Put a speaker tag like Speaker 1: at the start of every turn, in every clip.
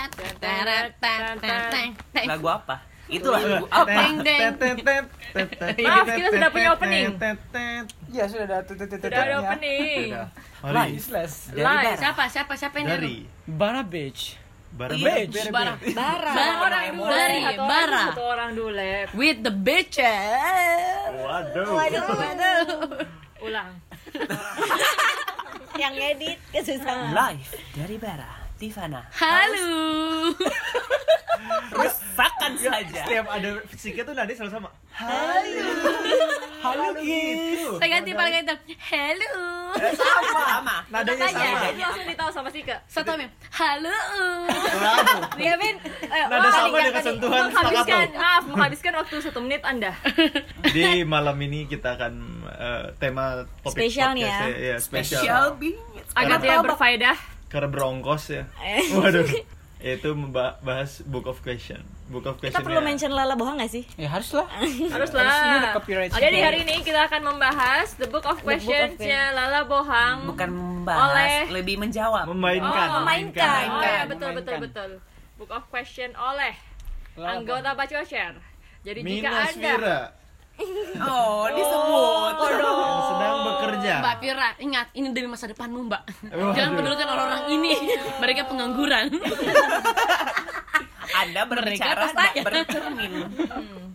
Speaker 1: Teret, teret, teret, teret.
Speaker 2: Lagu apa? Itulah
Speaker 3: Iya.
Speaker 2: lagu apa?
Speaker 1: Teng, teng.
Speaker 4: Maaf, kita sudah punya opening.
Speaker 5: Iya sudah ada tuh
Speaker 4: Sudah ada opening.
Speaker 2: Udah.
Speaker 3: Mari
Speaker 5: Useless.
Speaker 2: Dari
Speaker 1: Lai,
Speaker 2: Bara.
Speaker 1: siapa? Siapa? Siapa yang
Speaker 3: dari
Speaker 5: Bara bitch.
Speaker 3: Bara
Speaker 2: Iya,
Speaker 3: Beach.
Speaker 5: Bara
Speaker 1: Bara.
Speaker 5: bitch.
Speaker 1: Bara.
Speaker 4: Satu orang dulu,
Speaker 1: Dari
Speaker 4: satu orang,
Speaker 1: Bara.
Speaker 4: satu orang dulu, Lep.
Speaker 1: With the bitches.
Speaker 3: Waduh.
Speaker 4: Ulang.
Speaker 6: yang edit kesusahan
Speaker 2: Live dari Bara, Tivana.
Speaker 1: Halo.
Speaker 2: Rusakan saja.
Speaker 3: Setiap ada fisiknya tuh nadi selalu sama.
Speaker 5: Halo gitu.
Speaker 1: Saya ganti paling ganti. Halo.
Speaker 2: Sama. Sama.
Speaker 3: Nadanya
Speaker 4: Tanya,
Speaker 3: sama.
Speaker 4: jadi Iya, langsung ditahu sama Sika.
Speaker 1: Satu ambil. Halo. Iya,
Speaker 3: Bravo.
Speaker 6: ya Min ayo,
Speaker 3: Nada
Speaker 6: wah,
Speaker 3: sama
Speaker 6: tadi,
Speaker 3: dengan
Speaker 6: tadi.
Speaker 3: sentuhan staccato.
Speaker 4: Menghabiskan, maaf, menghabiskan waktu satu menit Anda.
Speaker 3: Di malam ini kita akan eh, tema topik
Speaker 6: Spesial nih ya.
Speaker 3: podcastnya, iya, spesial.
Speaker 2: Special bingit.
Speaker 4: Agar dia berfaedah.
Speaker 3: Karena berongkos ya.
Speaker 6: Eh.
Speaker 3: Waduh. Itu membahas book of question. Book of
Speaker 6: kita
Speaker 3: question.
Speaker 6: perlu
Speaker 3: ya.
Speaker 6: mention lala bohong gak sih
Speaker 5: Ya haruslah. Harusnya ada
Speaker 4: Haruslah.
Speaker 5: copyright.
Speaker 4: Jadi hari ini kita akan membahas The Book of
Speaker 6: Book of
Speaker 4: Questions-nya Lala Bohang. Oh,
Speaker 2: Bukan membahas,
Speaker 4: Oleh-
Speaker 2: lebih menjawab.
Speaker 3: memainkan.
Speaker 4: Oh,
Speaker 6: memainkan.
Speaker 4: Oh
Speaker 5: Memainkan,
Speaker 4: ya, betul betul betul.
Speaker 5: memainkan.
Speaker 4: Book of Question oleh
Speaker 5: Lala
Speaker 4: anggota Bacocer. Jadi jika
Speaker 3: Minas
Speaker 4: Anda
Speaker 3: Vira
Speaker 2: Oh, disebut.
Speaker 3: yang sedang bekerja.
Speaker 1: Mbak Pira, ingat ini demi masa depanmu, Mbak.
Speaker 3: Waduh.
Speaker 1: Jangan pedulikan orang-orang ini. Mereka pengangguran.
Speaker 2: Anda berbicara,
Speaker 1: Mereka
Speaker 2: tidak
Speaker 1: pestanya.
Speaker 2: bercermin.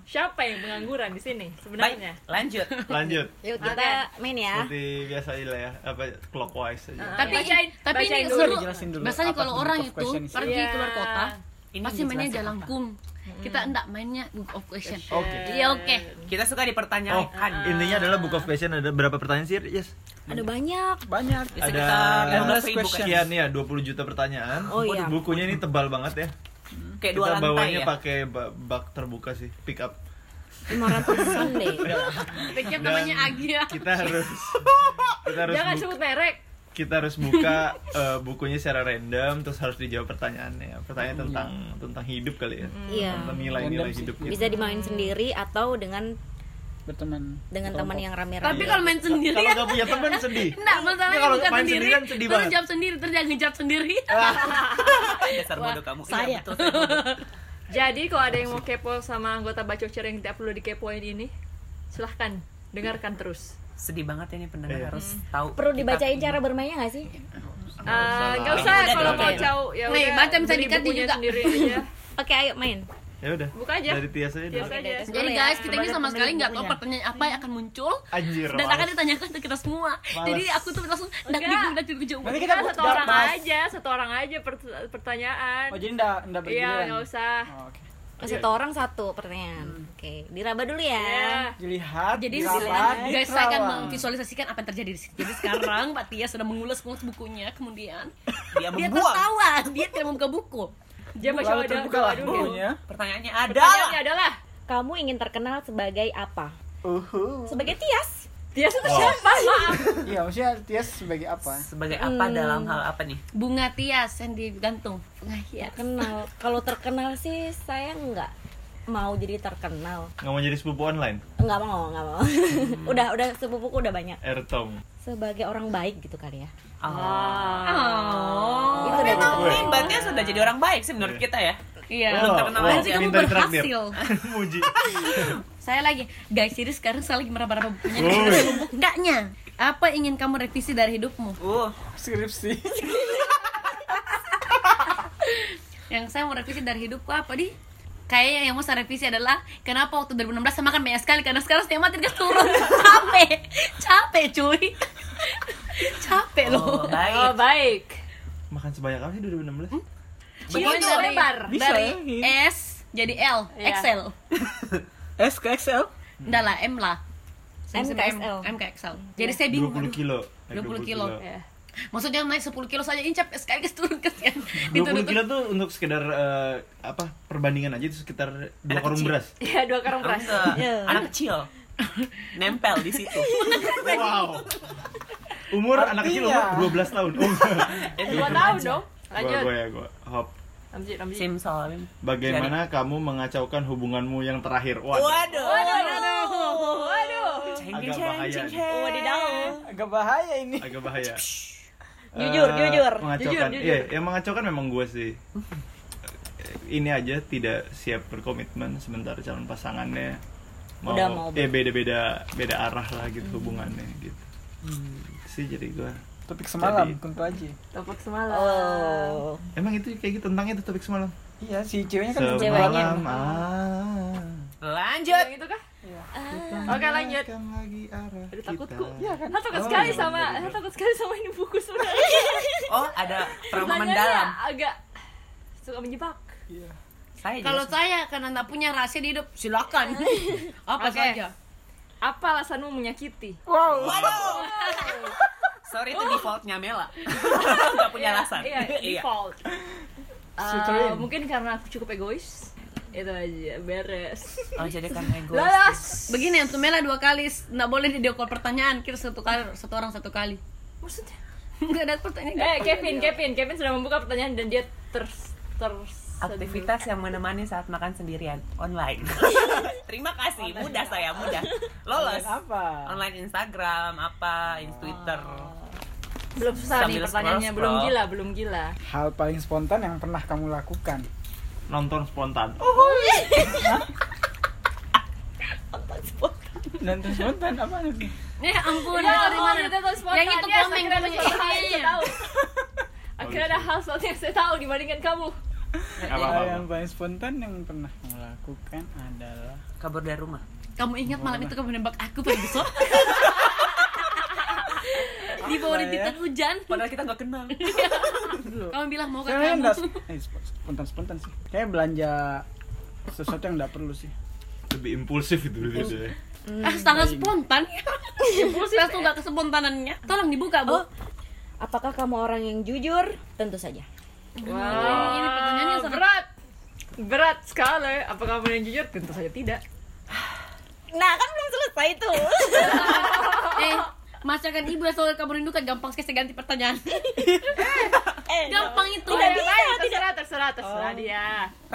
Speaker 4: siapa yang pengangguran di sini
Speaker 2: Baik,
Speaker 4: sebenarnya?
Speaker 2: lanjut.
Speaker 3: Lanjut.
Speaker 6: yuk kita main ya
Speaker 3: Seperti biasa lah ya, apa clockwise aja.
Speaker 1: tapi
Speaker 4: Bacain,
Speaker 1: tapi
Speaker 4: bacain
Speaker 1: ini
Speaker 4: dulu.
Speaker 1: seru.
Speaker 5: Dijelasin dulu.
Speaker 1: Biasanya
Speaker 5: Apa
Speaker 1: kalau
Speaker 5: tuh
Speaker 1: orang
Speaker 5: book of
Speaker 1: itu
Speaker 5: question sih?
Speaker 1: pergi
Speaker 4: Iya.
Speaker 1: keluar kota,
Speaker 2: Ini
Speaker 1: pasti mainnya
Speaker 2: dijelasin apa?
Speaker 1: jalangkung. Kita enggak mainnya book of question.
Speaker 3: Oke.
Speaker 1: Iya, oke.
Speaker 2: Kita suka
Speaker 3: Oh,
Speaker 2: dipertanyakan.
Speaker 3: intinya adalah book of question ada berapa pertanyaan sih? Yes.
Speaker 6: ada banyak
Speaker 5: Banyak.
Speaker 2: Di
Speaker 3: Ada
Speaker 2: sekitar
Speaker 5: 15
Speaker 2: ribu
Speaker 5: question.
Speaker 2: kayak,
Speaker 3: Sekian ya, 20 juta pertanyaan.
Speaker 6: Oh, iya.
Speaker 3: Bukunya ini tebal banget ya.
Speaker 2: kayak dua
Speaker 3: Kita
Speaker 2: lantai
Speaker 3: bawanya
Speaker 2: ya.
Speaker 3: pakai ba- bak terbuka sih, pick up.
Speaker 6: 500an deh
Speaker 1: Pikir namanya
Speaker 3: Dan
Speaker 1: Agia.
Speaker 3: Kita harus kita harus
Speaker 4: Jangan
Speaker 3: bu-
Speaker 4: sebut merek.
Speaker 3: kita harus buka eh, bukunya secara random terus harus dijawab pertanyaannya. Pertanyaan tentang tentang hidup kali ya.
Speaker 6: iya
Speaker 3: Tentang nilai-nilai
Speaker 5: Random sih.
Speaker 3: hidup gitu.
Speaker 6: bisa dimain sendiri atau dengan
Speaker 5: Berteman.
Speaker 6: dengan teman yang
Speaker 1: Tapi
Speaker 6: rame-rame
Speaker 1: kalau main sendiri
Speaker 3: Kalau nggak punya teman sedih.
Speaker 1: Enggak, masalahnya
Speaker 3: Kalau
Speaker 1: bukan
Speaker 3: main
Speaker 1: sendiri,
Speaker 3: sendirian kan sedih
Speaker 1: terus
Speaker 3: banget. Eh,
Speaker 1: jawab sendiri, terus dia ngejawab sendiri.
Speaker 2: Dasar bodoh kamu. Iya,
Speaker 6: saya.
Speaker 2: betul, saya bodoh.
Speaker 4: Jadi kalau ada yang mau kepo sama anggota Bacocer yang tidak perlu dikepoin ini, silahkan dengarkan terus.
Speaker 2: Sedih banget ya ini pendengar
Speaker 3: Iya.
Speaker 2: harus tahu.
Speaker 6: perlu
Speaker 2: kita-
Speaker 6: dibacain cara bermainnya gak sih
Speaker 3: Ah,
Speaker 1: Ah,
Speaker 4: Eh, Nggak
Speaker 3: lah.
Speaker 4: usah
Speaker 2: Udah
Speaker 4: kalau mau
Speaker 2: dibacain.
Speaker 4: jauh ya
Speaker 1: Nih,
Speaker 4: udah,
Speaker 1: baca bisa
Speaker 4: beli
Speaker 1: dikat
Speaker 4: bukunya
Speaker 1: juga.
Speaker 4: sendiri aja.
Speaker 6: oke ayo main
Speaker 3: Ya udah.
Speaker 4: Buka aja.
Speaker 3: Dari Tias aja. dulu.
Speaker 4: Biasa aja.
Speaker 6: deh.
Speaker 1: Jadi
Speaker 6: Boleh
Speaker 1: guys,
Speaker 6: ya.
Speaker 1: kita ini sama sekali nggak tahu pertanyaan apa yang akan muncul
Speaker 3: Anjir.
Speaker 1: dan akan ditanyakan ke kita semua. Jadi aku tuh langsung dak
Speaker 4: Enggak.
Speaker 1: digum dak digum gitu, jauh.
Speaker 5: Nanti
Speaker 4: Kita
Speaker 5: kita buat
Speaker 4: Nah, satu orang
Speaker 5: bahas.
Speaker 4: aja, satu orang aja per- pertanyaan.
Speaker 5: Oh, jadi enggak enggak
Speaker 4: Iya,
Speaker 5: bergiliran.
Speaker 4: nggak usah.
Speaker 5: Oh, Oke.
Speaker 6: satu orang satu pertanyaan oke diraba dulu
Speaker 1: Iya.
Speaker 6: ya
Speaker 4: Ya.
Speaker 5: Dilihat.
Speaker 1: Jadi
Speaker 5: dirapat,
Speaker 1: silakan guys, saya akan
Speaker 5: dirawat.
Speaker 1: memvisualisasikan apa yang terjadi di sini. Jadi sekarang Mbak Tia sedang mengulas mengulas bukunya, kemudian
Speaker 2: Dia
Speaker 1: dia
Speaker 2: membuang.
Speaker 1: tertawa, dia tidak membuka buku.
Speaker 4: Dia masih
Speaker 5: Lalu
Speaker 4: ada
Speaker 5: terbukalah
Speaker 4: dulu.
Speaker 5: bukunya.
Speaker 2: Pertanyaannya
Speaker 4: Pertanyaannya
Speaker 2: adalah
Speaker 4: adalah
Speaker 6: kamu ingin terkenal sebagai apa sebagai Tias
Speaker 4: dia itu
Speaker 3: Wow.
Speaker 4: siapa? Maaf.
Speaker 5: Iya, maksudnya Tias sebagai apa?
Speaker 2: sebagai apa dalam hal apa nih?
Speaker 1: Bunga Tias yang digantung. Bunga hias.
Speaker 6: terkenal Ya, kalau terkenal sih saya nggak mau jadi terkenal
Speaker 3: Nggak mau jadi sepupu online.
Speaker 6: nggak mau nggak mau udah udah sepupuku udah banyak
Speaker 3: Ertong.
Speaker 6: sebagai orang baik gitu kali ya
Speaker 2: Oh.
Speaker 1: Oh.
Speaker 6: itu udah gitu.
Speaker 2: Mungkin Mbak Tia sudah jadi orang baik sih menurut kita ya.
Speaker 1: Iya.
Speaker 2: Belum terkenal
Speaker 1: Apaan
Speaker 2: aja.
Speaker 1: sih kamu
Speaker 3: Minta ditraktir.
Speaker 1: berhasil?
Speaker 3: Muji.
Speaker 1: Saya lagi, guys, jadi sekarang saya lagi meraba-raba bukunya
Speaker 3: Woi.
Speaker 1: Kita belum bukanya. Apa ingin kamu revisi dari hidupmu?
Speaker 2: Uh,
Speaker 5: Skripsi.
Speaker 1: Yang saya mau revisi dari hidupku apa, Di? Kayaknya yang mau saya revisi adalah Kenapa waktu 2016 saya makan banyak sekali Karena sekarang setiap mati gas turun Capek Capek cuy Capek loh
Speaker 2: oh, baik.
Speaker 4: Oh, baik.
Speaker 3: Makan sebanyak apa sih 2016?
Speaker 1: Hmm? Eh, Begini
Speaker 4: Begitu
Speaker 1: dari,
Speaker 4: lebar.
Speaker 5: Bisa
Speaker 1: dari
Speaker 2: gitu.
Speaker 5: ya.
Speaker 1: S jadi L
Speaker 4: Iya.
Speaker 1: Excel
Speaker 3: Hmm.
Speaker 5: S ke XL.
Speaker 1: Enggak lah M lah
Speaker 6: M ke XL.
Speaker 1: M ke XL Jadi saya bingung
Speaker 3: 20
Speaker 1: aduh.
Speaker 3: kilo. Eh,
Speaker 1: 20 kilo.
Speaker 4: Ya.
Speaker 1: Maksudnya naik 10 kilo saja incap sekali kes turun kesian.
Speaker 3: 20
Speaker 1: Dituntut.
Speaker 3: kilo tuh untuk sekedar eh, apa perbandingan aja itu sekitar dua
Speaker 2: Anak
Speaker 3: karung
Speaker 2: kecil.
Speaker 3: beras.
Speaker 4: Ya, dua karung keras.
Speaker 2: Anak-
Speaker 6: Iya.
Speaker 2: eh, Anak kecil nempel di situ.
Speaker 3: Wow. Umur anak kecil umur
Speaker 5: Artinya.
Speaker 3: 12 tahun. Oh,
Speaker 4: Dua tahun dong.
Speaker 3: gua
Speaker 4: Lanjut.
Speaker 3: gua ya gua. Hop.
Speaker 4: Lanjut, lanjut.
Speaker 2: Simsalabim.
Speaker 3: Bagaimana kamu mengacaukan hubunganmu yang terakhir? Waduh.
Speaker 2: Waduh.
Speaker 4: Waduh, waduh, waduh.
Speaker 2: Ceng,
Speaker 3: Agak
Speaker 2: ceng,
Speaker 3: bahaya
Speaker 2: ceng,
Speaker 3: nih.
Speaker 2: ceng.
Speaker 6: wadidaw
Speaker 5: Agak bahaya ini.
Speaker 3: Agak bahaya.
Speaker 6: Jujur,
Speaker 3: Eh,
Speaker 6: jujur.
Speaker 3: Mengacaukan.
Speaker 4: Jujur,
Speaker 3: Iya,
Speaker 4: jujur.
Speaker 3: yang mengacaukan memang gue sih. ini aja tidak siap berkomitmen sementara calon pasangannya mau,
Speaker 6: Udah mau Hmm.
Speaker 3: ya beda-beda beda arah lah gitu hubungannya gitu sih jadi gua
Speaker 5: Topik semalam
Speaker 3: Jadi-
Speaker 5: tentu aja.
Speaker 7: Topik semalam.
Speaker 6: Oh.
Speaker 3: emang itu kayak gitu tentang itu topik semalam
Speaker 5: Iya si ceweknya kan
Speaker 6: Cewek. Eh, Ceweknya.
Speaker 3: semalam ah
Speaker 2: Lanjut.
Speaker 4: Yang itu kah?
Speaker 3: Oke
Speaker 4: lanjut.
Speaker 3: lagi arah
Speaker 4: Aduh, takutku.
Speaker 3: kita.
Speaker 6: ya.
Speaker 5: Iya kan?
Speaker 4: Hah, takut
Speaker 3: Oh,
Speaker 4: sekali
Speaker 3: iya,
Speaker 4: sama,
Speaker 3: iya, iya.
Speaker 4: hah, takut sekali sama ini buku sebenarnya.
Speaker 2: Oh, ada trauma
Speaker 4: Pertanyaannya
Speaker 2: mendalam.
Speaker 4: agak suka menjebak.
Speaker 5: Iya.
Speaker 2: Saya
Speaker 1: Kalau
Speaker 2: jelas.
Speaker 1: saya karena nggak punya rahasia di hidup, silakan. Apa
Speaker 4: Oke.
Speaker 1: saja?
Speaker 4: Apa alasanmu menyakiti?
Speaker 2: Waduh. Sorry itu defaultnya Mela. Gak punya alasan.
Speaker 4: Iya, default. Ah,
Speaker 5: Suterin.
Speaker 4: mungkin karena aku cukup egois. Itu aja, beres.
Speaker 2: Oh, jadi karena gue.
Speaker 4: Lalas.
Speaker 1: Begini untuk Mela dua kali, nggak boleh video call pertanyaan, kira satu kali, satu orang satu kali.
Speaker 4: Maksudnya?
Speaker 1: Nggak ada pertanyaan.
Speaker 4: Eh, Kevin, Kevin, Kevin sudah membuka pertanyaan dan dia ters ters
Speaker 2: Aktivitas yang menemani saat makan sendirian online. Terima kasih, mudah saya mudah. Lolos.
Speaker 5: Online apa?
Speaker 2: Online Instagram, apa, in Twitter.
Speaker 4: belum susah nih
Speaker 2: Sambil
Speaker 4: pertanyaannya,
Speaker 2: scroll,
Speaker 4: belum
Speaker 2: scroll.
Speaker 4: gila, belum gila.
Speaker 3: Ya,
Speaker 5: Hal paling spontan yang pernah kamu lakukan.
Speaker 3: nonton spontan
Speaker 5: Dan terus spontan apa nih?
Speaker 1: Eh ampun,
Speaker 4: Ya,
Speaker 1: dari
Speaker 4: ampun,
Speaker 1: mana?
Speaker 4: itu tuh spontan.
Speaker 1: Yang itu
Speaker 4: Yes,
Speaker 1: komeng
Speaker 4: kan, akhirnya ada
Speaker 1: punya.
Speaker 4: suatu hal yang saya
Speaker 1: Iya.
Speaker 4: tahu. Akhirnya ada hal sesuatu yang saya tahu dibandingkan kamu.
Speaker 3: apa
Speaker 5: Hal
Speaker 3: apa
Speaker 5: yang paling spontan yang pernah kamu lakukan adalah
Speaker 2: Kabur dari rumah.
Speaker 1: Kamu ingat malam itu kamu nembak aku pada besok? di bawah
Speaker 5: Apa ya?
Speaker 1: rintitan hujan.
Speaker 2: Padahal kita nggak kenal.
Speaker 1: Kamu bilang mau ke
Speaker 5: Saya
Speaker 1: kamu.
Speaker 5: enggak spontan spontan sih. Kayak belanja sesuatu yang enggak perlu sih.
Speaker 3: lebih impulsif gitu ya. itu biasanya
Speaker 1: Ah, sangat spontan. Saya tuh gak kespontanannya. Tolong dibuka, Bu.
Speaker 6: Oh. Apakah kamu orang yang jujur? Tentu saja.
Speaker 4: Wow.
Speaker 1: Ini pertanyaannya sangat-
Speaker 4: berat. Berat sekali. Apa kamu yang jujur? Tentu saja tidak.
Speaker 6: Nah, kan belum selesai tuh.
Speaker 1: Eh, masakan ibu yang selalu kamu rindukan gampang sekali saya ganti pertanyaan.
Speaker 6: eh,
Speaker 1: gampang itu.
Speaker 6: Tidak
Speaker 1: Saya
Speaker 6: bisa,
Speaker 4: Baik,
Speaker 6: tidak.
Speaker 4: terserah, terserah, terserah dia.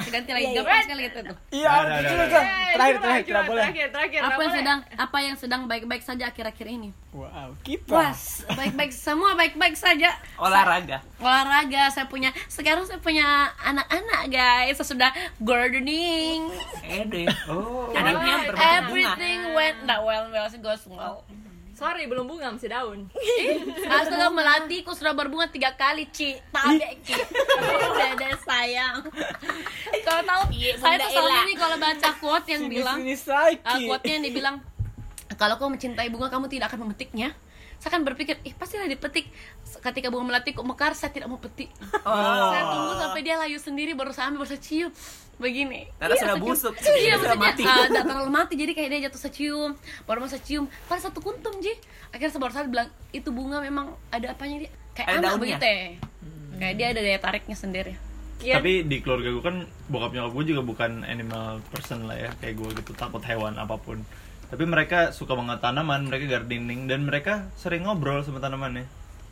Speaker 1: ganti lagi
Speaker 6: Iya, iya.
Speaker 1: gampang sekali gitu tuh.
Speaker 5: Iya,
Speaker 3: Nah, nah,
Speaker 5: gitu
Speaker 3: nah,
Speaker 5: Chan.
Speaker 4: Eh, curhat,
Speaker 5: Terakhir, terakhir, tidak
Speaker 4: curhat,
Speaker 5: boleh.
Speaker 4: Terakhir, terakhir,
Speaker 1: Apa
Speaker 4: nggak
Speaker 1: yang
Speaker 4: boleh.
Speaker 1: sedang apa yang sedang baik-baik saja akhir-akhir ini?
Speaker 5: Wow, kita.
Speaker 1: Was, baik-baik semua baik-baik saja.
Speaker 2: Olahraga.
Speaker 1: Olahraga saya punya. Sekarang saya punya anak-anak, guys. Saya sudah gardening.
Speaker 2: Ede.
Speaker 3: oh
Speaker 2: Anaknya yang berbentuk bunga.
Speaker 1: Everything went not well, well it goes well.
Speaker 4: Sorry, belum bunga masih daun.
Speaker 1: Aku sudah melatihku sudah berbunga tiga kali, Ci. Tabe, Ci. Dede sayang. Kalau tahu, saya tuh selalu ini kalau baca quote yang bilang,
Speaker 5: Sini
Speaker 1: uh,
Speaker 5: saiki.
Speaker 1: quote-nya yang dibilang, kalau kau mencintai bunga, kamu tidak akan memetiknya. Saya kan berpikir, ih pastilah dipetik. Ketika bunga melati kok mekar, saya tidak mau petik.
Speaker 2: Oh.
Speaker 1: Saya tunggu sampai dia layu sendiri, baru saya ambil, baru saya cium. Begini. Iya,
Speaker 2: Karena sudah
Speaker 1: saya cium.
Speaker 2: busuk.
Speaker 1: Iya,
Speaker 2: Sudah
Speaker 1: maksudnya
Speaker 2: mati.
Speaker 1: uh, nggak terlalu mati, jadi kayak dia jatuh saya cium. Baru mau saya cium, kan satu kuntum, Ji. Akhirnya saya baru saya bilang, itu bunga memang ada apanya dia. Kayak
Speaker 2: Ada
Speaker 1: anak
Speaker 2: daunnya.
Speaker 1: begitu ya. Kayak dia ada daya tariknya sendiri. Iya.
Speaker 4: Kian.
Speaker 3: Tapi di keluarga gue kan bokap nyokap gue juga bukan animal person lah ya Kayak gue gitu takut hewan apapun Tapi mereka suka banget tanaman, mereka gardening Dan mereka sering ngobrol sama tanamannya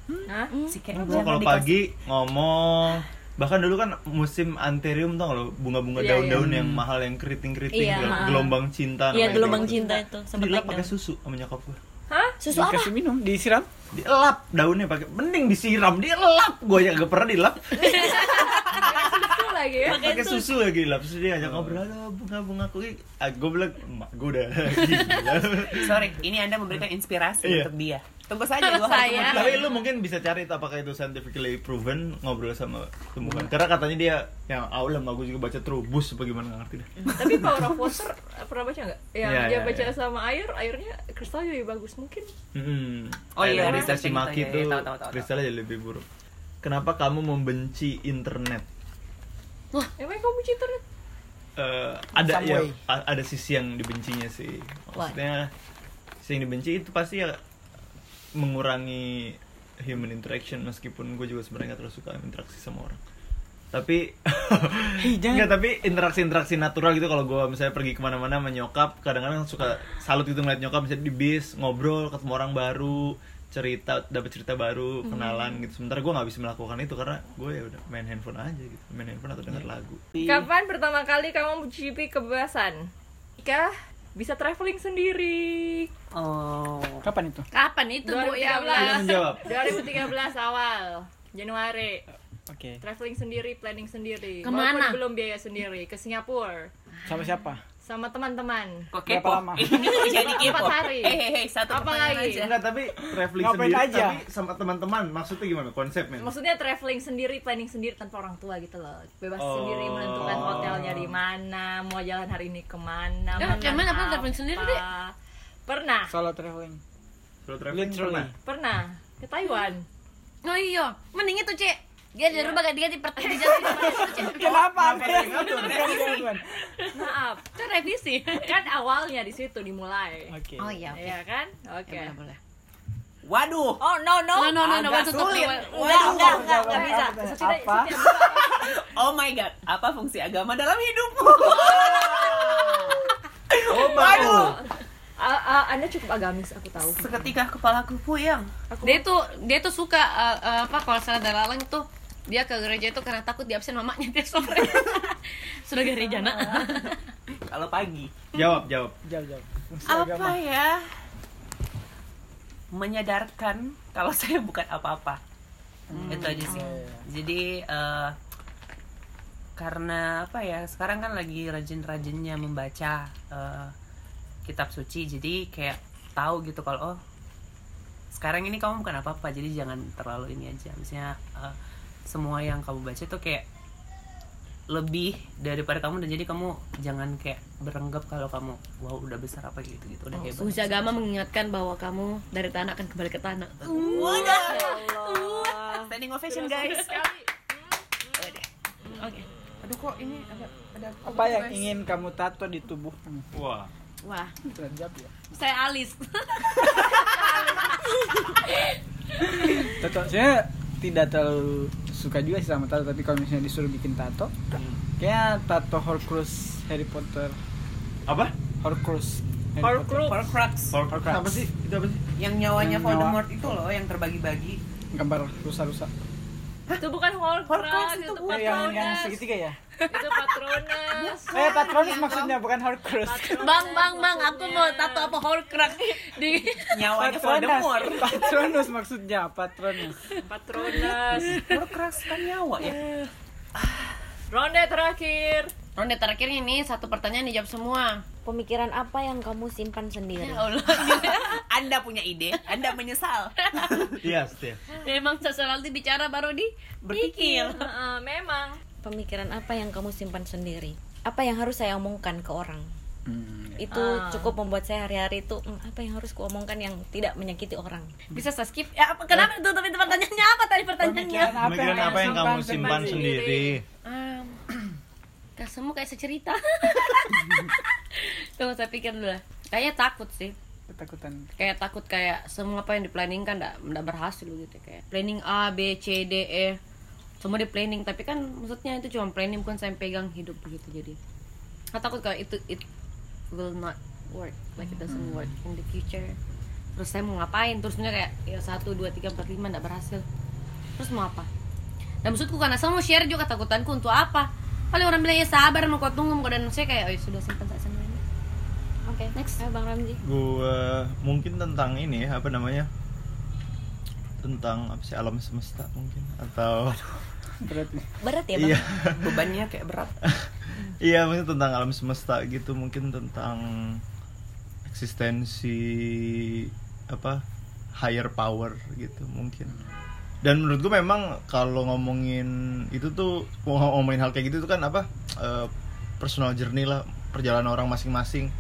Speaker 4: Hah?
Speaker 2: Si Ken
Speaker 3: Gua Kalau pagi ngomong Bahkan dulu kan musim anterium tau gak lo Bunga-bunga
Speaker 4: Iya,
Speaker 3: daun-daun yang mahal yang keriting-keriting
Speaker 6: Iya,
Speaker 3: gel-
Speaker 6: maaf.
Speaker 3: Gelombang cinta
Speaker 6: Iya,
Speaker 3: namanya.
Speaker 6: gelombang cinta itu sempat
Speaker 3: Dilap
Speaker 6: naik
Speaker 3: pakai
Speaker 6: daun.
Speaker 3: susu sama nyokap gue
Speaker 6: Susu apa?
Speaker 5: Dikasih minum, diisiram.
Speaker 3: Dielap daunnya pakai Mending disiram, dielap Gue aja gak pernah dilap
Speaker 4: Itu lagi ya.
Speaker 3: pakai susu lagi lah terus dia ajak ngobrol "Halo, bunga-bunga kuwi ah, gue bilang emak gue udah gila."
Speaker 2: Sorry, ini Anda memberikan inspirasi
Speaker 3: Iya.
Speaker 2: untuk dia. Tunggu saja dua hari
Speaker 1: Saya.
Speaker 3: tapi lu mungkin bisa cari apakah itu scientifically proven ngobrol sama tumbuhan karena katanya dia yang awal sama gue juga baca terubus apa gimana gak ngerti dah
Speaker 4: Tapi Power of Water eh, pernah baca nggak? Yang
Speaker 3: Iya,
Speaker 4: dia
Speaker 3: iya,
Speaker 4: baca
Speaker 3: iya.
Speaker 4: sama air, airnya kristal jadi bagus mungkin.
Speaker 3: Hmm.
Speaker 2: Oh iya,
Speaker 3: Kayak
Speaker 2: researching
Speaker 3: Shimaki
Speaker 2: itu, iya, iya, tahu, tahu,
Speaker 3: tuh
Speaker 2: tahu, tahu.
Speaker 3: kristalnya jadi lebih buruk kenapa kamu membenci internet
Speaker 4: Emang kamu cheater?
Speaker 3: Eh, ada
Speaker 5: Some
Speaker 3: ya
Speaker 5: way.
Speaker 3: a- ada sisi yang dibencinya sih maksudnya sisi yang dibenci itu pasti ya mengurangi human interaction meskipun gue juga sebenarnya gak terlalu suka interaksi sama orang tapi
Speaker 5: jangan.
Speaker 3: nggak tapi interaksi-interaksi natural gitu kalau gue misalnya pergi kemana-mana menyokap kadang-kadang suka salut gitu ngeliat nyokap misalnya di bis ngobrol ketemu orang baru cerita dapat cerita baru
Speaker 5: Mhm.
Speaker 3: kenalan gitu sementara gue nggak bisa melakukan itu karena gue ya udah main handphone aja gitu main handphone atau
Speaker 5: Iya.
Speaker 3: denger lagu
Speaker 4: Kapan pertama kali kamu mencicipi kebebasan? Jika bisa traveling sendiri.
Speaker 2: Oh.
Speaker 5: Kapan itu?
Speaker 1: Kapan itu, Bu? Ya Allah.
Speaker 4: 2013.
Speaker 3: menjawab
Speaker 4: 2013 awal Januari.
Speaker 5: Oke.
Speaker 4: traveling sendiri planning sendiri
Speaker 1: Kemana?
Speaker 4: Walaupun belum biaya sendiri ke Singapura
Speaker 5: Sama siapa?
Speaker 4: sama teman-teman
Speaker 2: Kok
Speaker 5: Berapa
Speaker 2: kepo?
Speaker 5: lama?
Speaker 2: Ini kok Oh, jadi kepo?
Speaker 4: Empat hari.
Speaker 2: Eh, eh, eh, satu
Speaker 4: Apa
Speaker 2: pertanyaan
Speaker 4: lagi?
Speaker 2: aja.
Speaker 3: Enggak, tapi traveling
Speaker 5: Ngapain
Speaker 3: sendiri
Speaker 5: aja?
Speaker 3: tapi sama teman-teman maksudnya gimana konsepnya?
Speaker 4: maksudnya traveling sendiri planning sendiri tanpa orang tua gitu loh bebas
Speaker 3: Oh.
Speaker 4: sendiri menentukan hotelnya di mana mau jalan hari ini kemana
Speaker 1: Ya,
Speaker 4: makan
Speaker 1: emang apa traveling sendiri, Dek?
Speaker 4: pernah
Speaker 5: Solo traveling.
Speaker 3: Solo traveling
Speaker 5: Literally.
Speaker 3: pernah?
Speaker 4: pernah ke Taiwan
Speaker 1: Oh iya, mending itu, Cek. Dia dari rumah gak diganti pertanyaan itu, Cek.
Speaker 5: Kenapa? Apa yang
Speaker 3: ngatur?
Speaker 5: ngatur?
Speaker 4: maaf
Speaker 1: Itu revisi.
Speaker 4: kan awalnya di situ dimulai
Speaker 5: Oke.
Speaker 1: Oh iya, oke.
Speaker 4: ya kan oke
Speaker 1: Ya, boleh, boleh.
Speaker 2: Waduh.
Speaker 4: oh no no
Speaker 1: No, no, no, no,
Speaker 2: Agak
Speaker 1: tutup
Speaker 2: sulit.
Speaker 1: dulu.
Speaker 4: Enggak, enggak, enggak, enggak
Speaker 5: Apa?
Speaker 4: bisa. Sudah,
Speaker 5: Apa?
Speaker 4: sudah.
Speaker 2: Oh my god, apa fungsi agama dalam hidupmu?
Speaker 3: Oh,
Speaker 2: Waduh.
Speaker 4: Ah, ah, anda cukup agamis, aku tahu.
Speaker 2: Seketika kepalaku puyeng.
Speaker 4: Aku
Speaker 1: Dia tuh dia tuh suka eh, eh, apa kalau salah dalalang tuh dia ke gereja itu karena takut di absen mamanya tiap sore. Sudah gereja nak.
Speaker 2: Kalau pagi.
Speaker 3: Jawab, jawab.
Speaker 5: Jauh-jauh.
Speaker 2: Apa ya? Menyadarkan kalau saya bukan apa-apa. Itu aja sih. Jadi eh, karena apa ya? Sekarang kan lagi rajin-rajinnya membaca eh, kitab suci. Jadi kayak tahu gitu kalau oh sekarang ini kamu bukan apa-apa. Jadi jangan terlalu ini aja. Misalnya eh, semua yang kamu baca tuh kayak lebih daripada kamu dan jadi kamu jangan kayak berenggap kalau kamu wow udah besar apa gitu gitu udah hebat
Speaker 1: Usia agama mengingatkan bahwa kamu dari tanah akan kembali ke tanah.
Speaker 2: standing ovation guys
Speaker 1: Oke.
Speaker 5: Aduh kok ini ada ada apa yang ingin kamu tato di tubuhmu?
Speaker 3: Wah.
Speaker 1: Wah,
Speaker 5: Rajab ya.
Speaker 1: saya alis.
Speaker 5: Tato saya tidak terlalu suka juga sih sama tato tapi kalau misalnya disuruh bikin tato kayak tato Horcrux Harry Potter
Speaker 3: Apa?
Speaker 5: Horcrux Harry
Speaker 4: Horcrux.
Speaker 2: Horcrux
Speaker 3: Horcrux. Apa sih? Itu apa sih?
Speaker 2: yang nyawanya
Speaker 5: Yang nyawa.
Speaker 2: Voldemort itu loh yang terbagi-bagi
Speaker 5: Potter. gambar rusa-rusa
Speaker 4: itu bukan Horcrux,
Speaker 2: Horcrux itu
Speaker 4: itu
Speaker 5: oh, yang, yang
Speaker 4: Patronus.
Speaker 5: segitiga ya
Speaker 4: Itu Patronus.
Speaker 5: eh Patronus maksudnya bukan Horcrux
Speaker 4: Ah, iya, Patronus
Speaker 1: Bang, bang, bang, aku mau
Speaker 4: maksudnya.
Speaker 1: tato apa horcrux di
Speaker 2: nyawanya
Speaker 5: Patronus
Speaker 2: Voldemort
Speaker 5: Patronus maksudnya Patronus
Speaker 4: Patronus.
Speaker 2: Horcrux kan nyawa ya
Speaker 4: Ronde terakhir.
Speaker 1: ronde terakhir ini satu pertanyaan dijawab semua.
Speaker 6: Pemikiran apa yang kamu simpan sendiri?
Speaker 1: Ya Allah.
Speaker 2: anda punya ide anda menyesal
Speaker 3: Iya, setia.
Speaker 1: Memang sesuatu bicara baru di
Speaker 4: Pikir. Heeh, memang.
Speaker 6: Pemikiran apa yang kamu simpan sendiri? Apa yang harus saya omongkan ke orang? Itu
Speaker 4: Ah.
Speaker 6: cukup membuat saya hari-hari itu "Hmm, apa yang harus kuomongkan yang tidak menyakiti orang.
Speaker 1: bisa saya skip ya apa kenapa itu tapi pertanyaannya apa tadi
Speaker 3: Oh, gitu.
Speaker 1: pertanyaannya
Speaker 5: Pemikiran
Speaker 3: Pemikiran apa yang kamu simpan sendiri?
Speaker 1: um, gak semua kayak secerita tunggu saya pikir dulu kayaknya takut sih
Speaker 5: ketakutan
Speaker 1: kayak takut kayak semua apa yang diplanningkan ndak ndak berhasil gitu kayak planning A B C D E semua di planning tapi kan maksudnya itu cuma planning bukan saya yang pegang hidup begitu jadi Nah, takut kalau itu it will not work like it doesn't work in the future terus saya mau ngapain terus sebenarnya kayak ya satu dua tiga empat lima ndak berhasil terus mau apa dan maksudku karena saya mau share juga ketakutanku untuk apa paling orang bilang ya sabar mau kau tunggu mau kau- dan saya kayak oh ya sudah simpan saya sendiri
Speaker 6: Oke, next. Ayo Bang Ramji.
Speaker 3: Gue mungkin tentang ini ya, apa namanya? Tentang apa sih alam semesta mungkin atau
Speaker 5: berat nih
Speaker 6: Berat ya, Bang?
Speaker 3: iya
Speaker 2: bebannya kayak berat
Speaker 3: iya mungkin tentang alam semesta gitu mungkin tentang eksistensi apa higher power gitu mungkin dan menurut gue memang kalau ngomongin itu tuh ngom- ngomongin hal kayak gitu tuh kan apa eh, personal journey lah perjalanan orang masing-masing